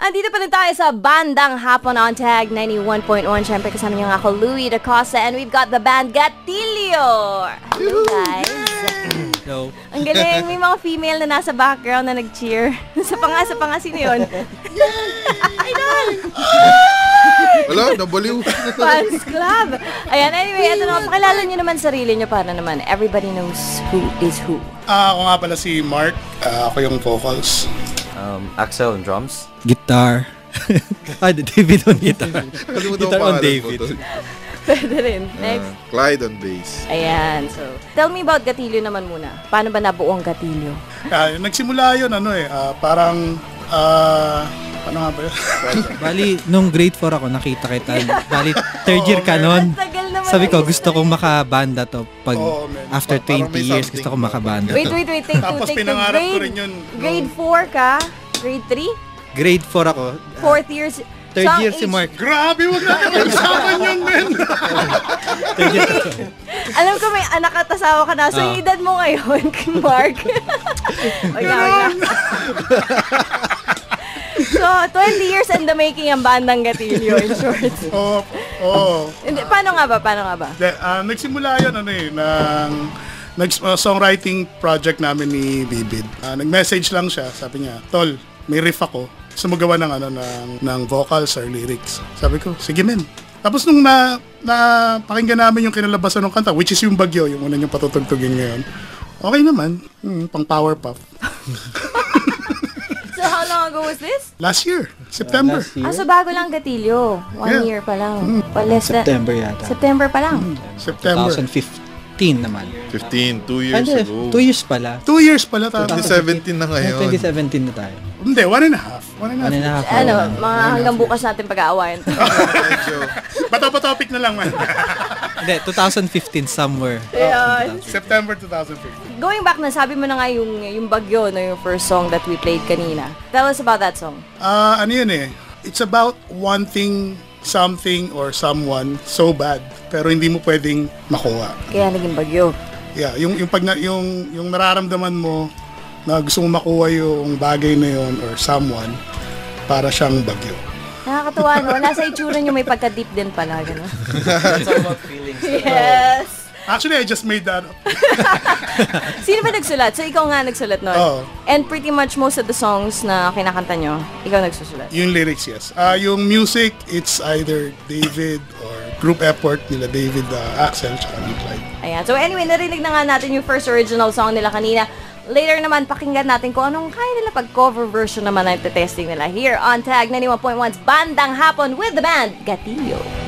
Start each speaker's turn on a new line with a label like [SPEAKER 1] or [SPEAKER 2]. [SPEAKER 1] Andito pa rin tayo sa bandang hapon on tag 91.1. Siyempre kasama niyo nga ako, Louie Dacosta, and we've got the band Gatilio. Hello, guys.
[SPEAKER 2] No.
[SPEAKER 1] Ang galing, may mga female na nasa background na nag-cheer. sa panga, sa panga, sino yun?
[SPEAKER 3] Wala, nabaliw.
[SPEAKER 1] Fans Club. Ayan, anyway, ito naman, pakilala niyo naman sarili niyo para naman everybody knows who is who.
[SPEAKER 4] Ah, ako nga pala si Mark. Ah, ako yung vocals.
[SPEAKER 5] Um, Axel on drums.
[SPEAKER 2] Guitar. ah, David on guitar.
[SPEAKER 3] Kalimutan ko
[SPEAKER 2] Guitar on
[SPEAKER 3] pangalan
[SPEAKER 2] David.
[SPEAKER 3] mo to.
[SPEAKER 1] Pwede rin. Next.
[SPEAKER 3] Ah, Clyde on bass.
[SPEAKER 1] Ayan, so, tell me about Gatilio naman muna. Paano ba nabuo ang Gatilio?
[SPEAKER 4] Ah, nagsimula yun, ano eh, ah, parang, ah, ano nga ba yun?
[SPEAKER 2] Bali, nung grade 4 ako, nakita kita. Bali, third year ka
[SPEAKER 1] Ang
[SPEAKER 2] nun.
[SPEAKER 1] tagal naman.
[SPEAKER 2] Sabi ko,
[SPEAKER 1] ang
[SPEAKER 2] gusto
[SPEAKER 1] history.
[SPEAKER 2] kong makabanda to. Pag
[SPEAKER 4] Oo, man.
[SPEAKER 2] after
[SPEAKER 3] Pa- Oh, parang
[SPEAKER 2] 20
[SPEAKER 3] may
[SPEAKER 2] years,
[SPEAKER 3] something
[SPEAKER 2] gusto kong
[SPEAKER 3] pa.
[SPEAKER 2] makabanda
[SPEAKER 1] Wait,
[SPEAKER 2] to.
[SPEAKER 1] wait, wait. Take two,
[SPEAKER 4] Tapos
[SPEAKER 1] take two.
[SPEAKER 4] pinangarap ko
[SPEAKER 1] Grade,
[SPEAKER 4] rin yun.
[SPEAKER 1] Grade 4 ka? Grade 3?
[SPEAKER 2] Grade 4 ako.
[SPEAKER 1] Fourth year? si-
[SPEAKER 2] Third
[SPEAKER 1] so, ang
[SPEAKER 2] year si
[SPEAKER 1] age-
[SPEAKER 2] Mark.
[SPEAKER 4] Grabe, wag na kayo usapan yun, men!
[SPEAKER 2] Third year.
[SPEAKER 1] Alam ko may anak at asawa ka na. So,
[SPEAKER 2] Ah.
[SPEAKER 1] yung edad mo ngayon, Mark. Wag na, wag na. So, 20 years in the making ang bandang Gatilio, in short.
[SPEAKER 4] Oo, oo.
[SPEAKER 1] Hindi, paano nga ba? Paano nga ba?
[SPEAKER 4] De- ah, nagsimula yun, ano eh, ng nag, ah, songwriting project namin ni Bibid. Ah, nag-message lang siya, sabi niya, Tol, may riff ako. Gusto mo gawa ng, ano, ng, ng vocals or lyrics. Sabi ko, sige men. Tapos nung na, na pakinggan namin yung kinalabasan ng kanta, which is yung Bagyo, yung una niyang patutugtugin ngayon, okay naman. Hmm, pang power pop.
[SPEAKER 1] So, how long ago was this?
[SPEAKER 4] Last year, September.
[SPEAKER 1] Ah, so bago lang Gatilio. One
[SPEAKER 4] Yeah. Mm-hmm.
[SPEAKER 1] year pa lang. Pa less than-
[SPEAKER 6] September yata.
[SPEAKER 1] September pa lang.
[SPEAKER 2] Mm-hmm.
[SPEAKER 4] September.
[SPEAKER 2] 2015 naman.
[SPEAKER 3] 15, 2 years
[SPEAKER 6] Ano,
[SPEAKER 3] ago.
[SPEAKER 6] two years pala.
[SPEAKER 4] Two years pala tayo.
[SPEAKER 3] 2017 na ngayon.
[SPEAKER 6] 2017 na tayo.
[SPEAKER 4] Hindi, one and a half. One and a
[SPEAKER 6] Ano
[SPEAKER 4] half.
[SPEAKER 6] na ako?
[SPEAKER 1] Ano, mga hanggang bukas natin pag-aawayan. to.
[SPEAKER 3] Medyo,
[SPEAKER 4] Bato pa topic na lang man.
[SPEAKER 2] Hindi, 2015 somewhere.
[SPEAKER 1] Ayun.
[SPEAKER 4] September 2015.
[SPEAKER 1] Going back na, sabi mo na nga yung, yung bagyo na yung first song that we played kanina. Tell us about that song.
[SPEAKER 4] Ah, ano yun eh. It's about wanting something or someone so bad pero hindi mo pwedeng makuha.
[SPEAKER 1] Kaya naging bagyo.
[SPEAKER 4] Yeah, yung yung pag na, yung yung nararamdaman mo na gusto mong makuha yung bagay na yun or someone para siyang bagyo.
[SPEAKER 1] Nakakatuwa, no? Nasa itsura nyo may pagka-deep din pala, gano'n.
[SPEAKER 5] It's all about feelings.
[SPEAKER 1] Yes!
[SPEAKER 4] Actually, I just made that up.
[SPEAKER 1] Sino ba nagsulat? So, ikaw nga nagsulat nun.
[SPEAKER 4] Oo.
[SPEAKER 1] And pretty much most of the songs na kinakanta nyo, ikaw nagsusulat.
[SPEAKER 4] Yung lyrics, yes. Ah, yung music, it's either David or group effort nila David, ah, Axel, tsaka ni Clyde.
[SPEAKER 1] Ayan. So, anyway, narinig na nga natin yung first original song nila kanina. Later naman, pakinggan natin kung anong kaya nila pag cover version naman ang testing nila here on Tag 91.1's Bandang Hapon with the band Gatillo.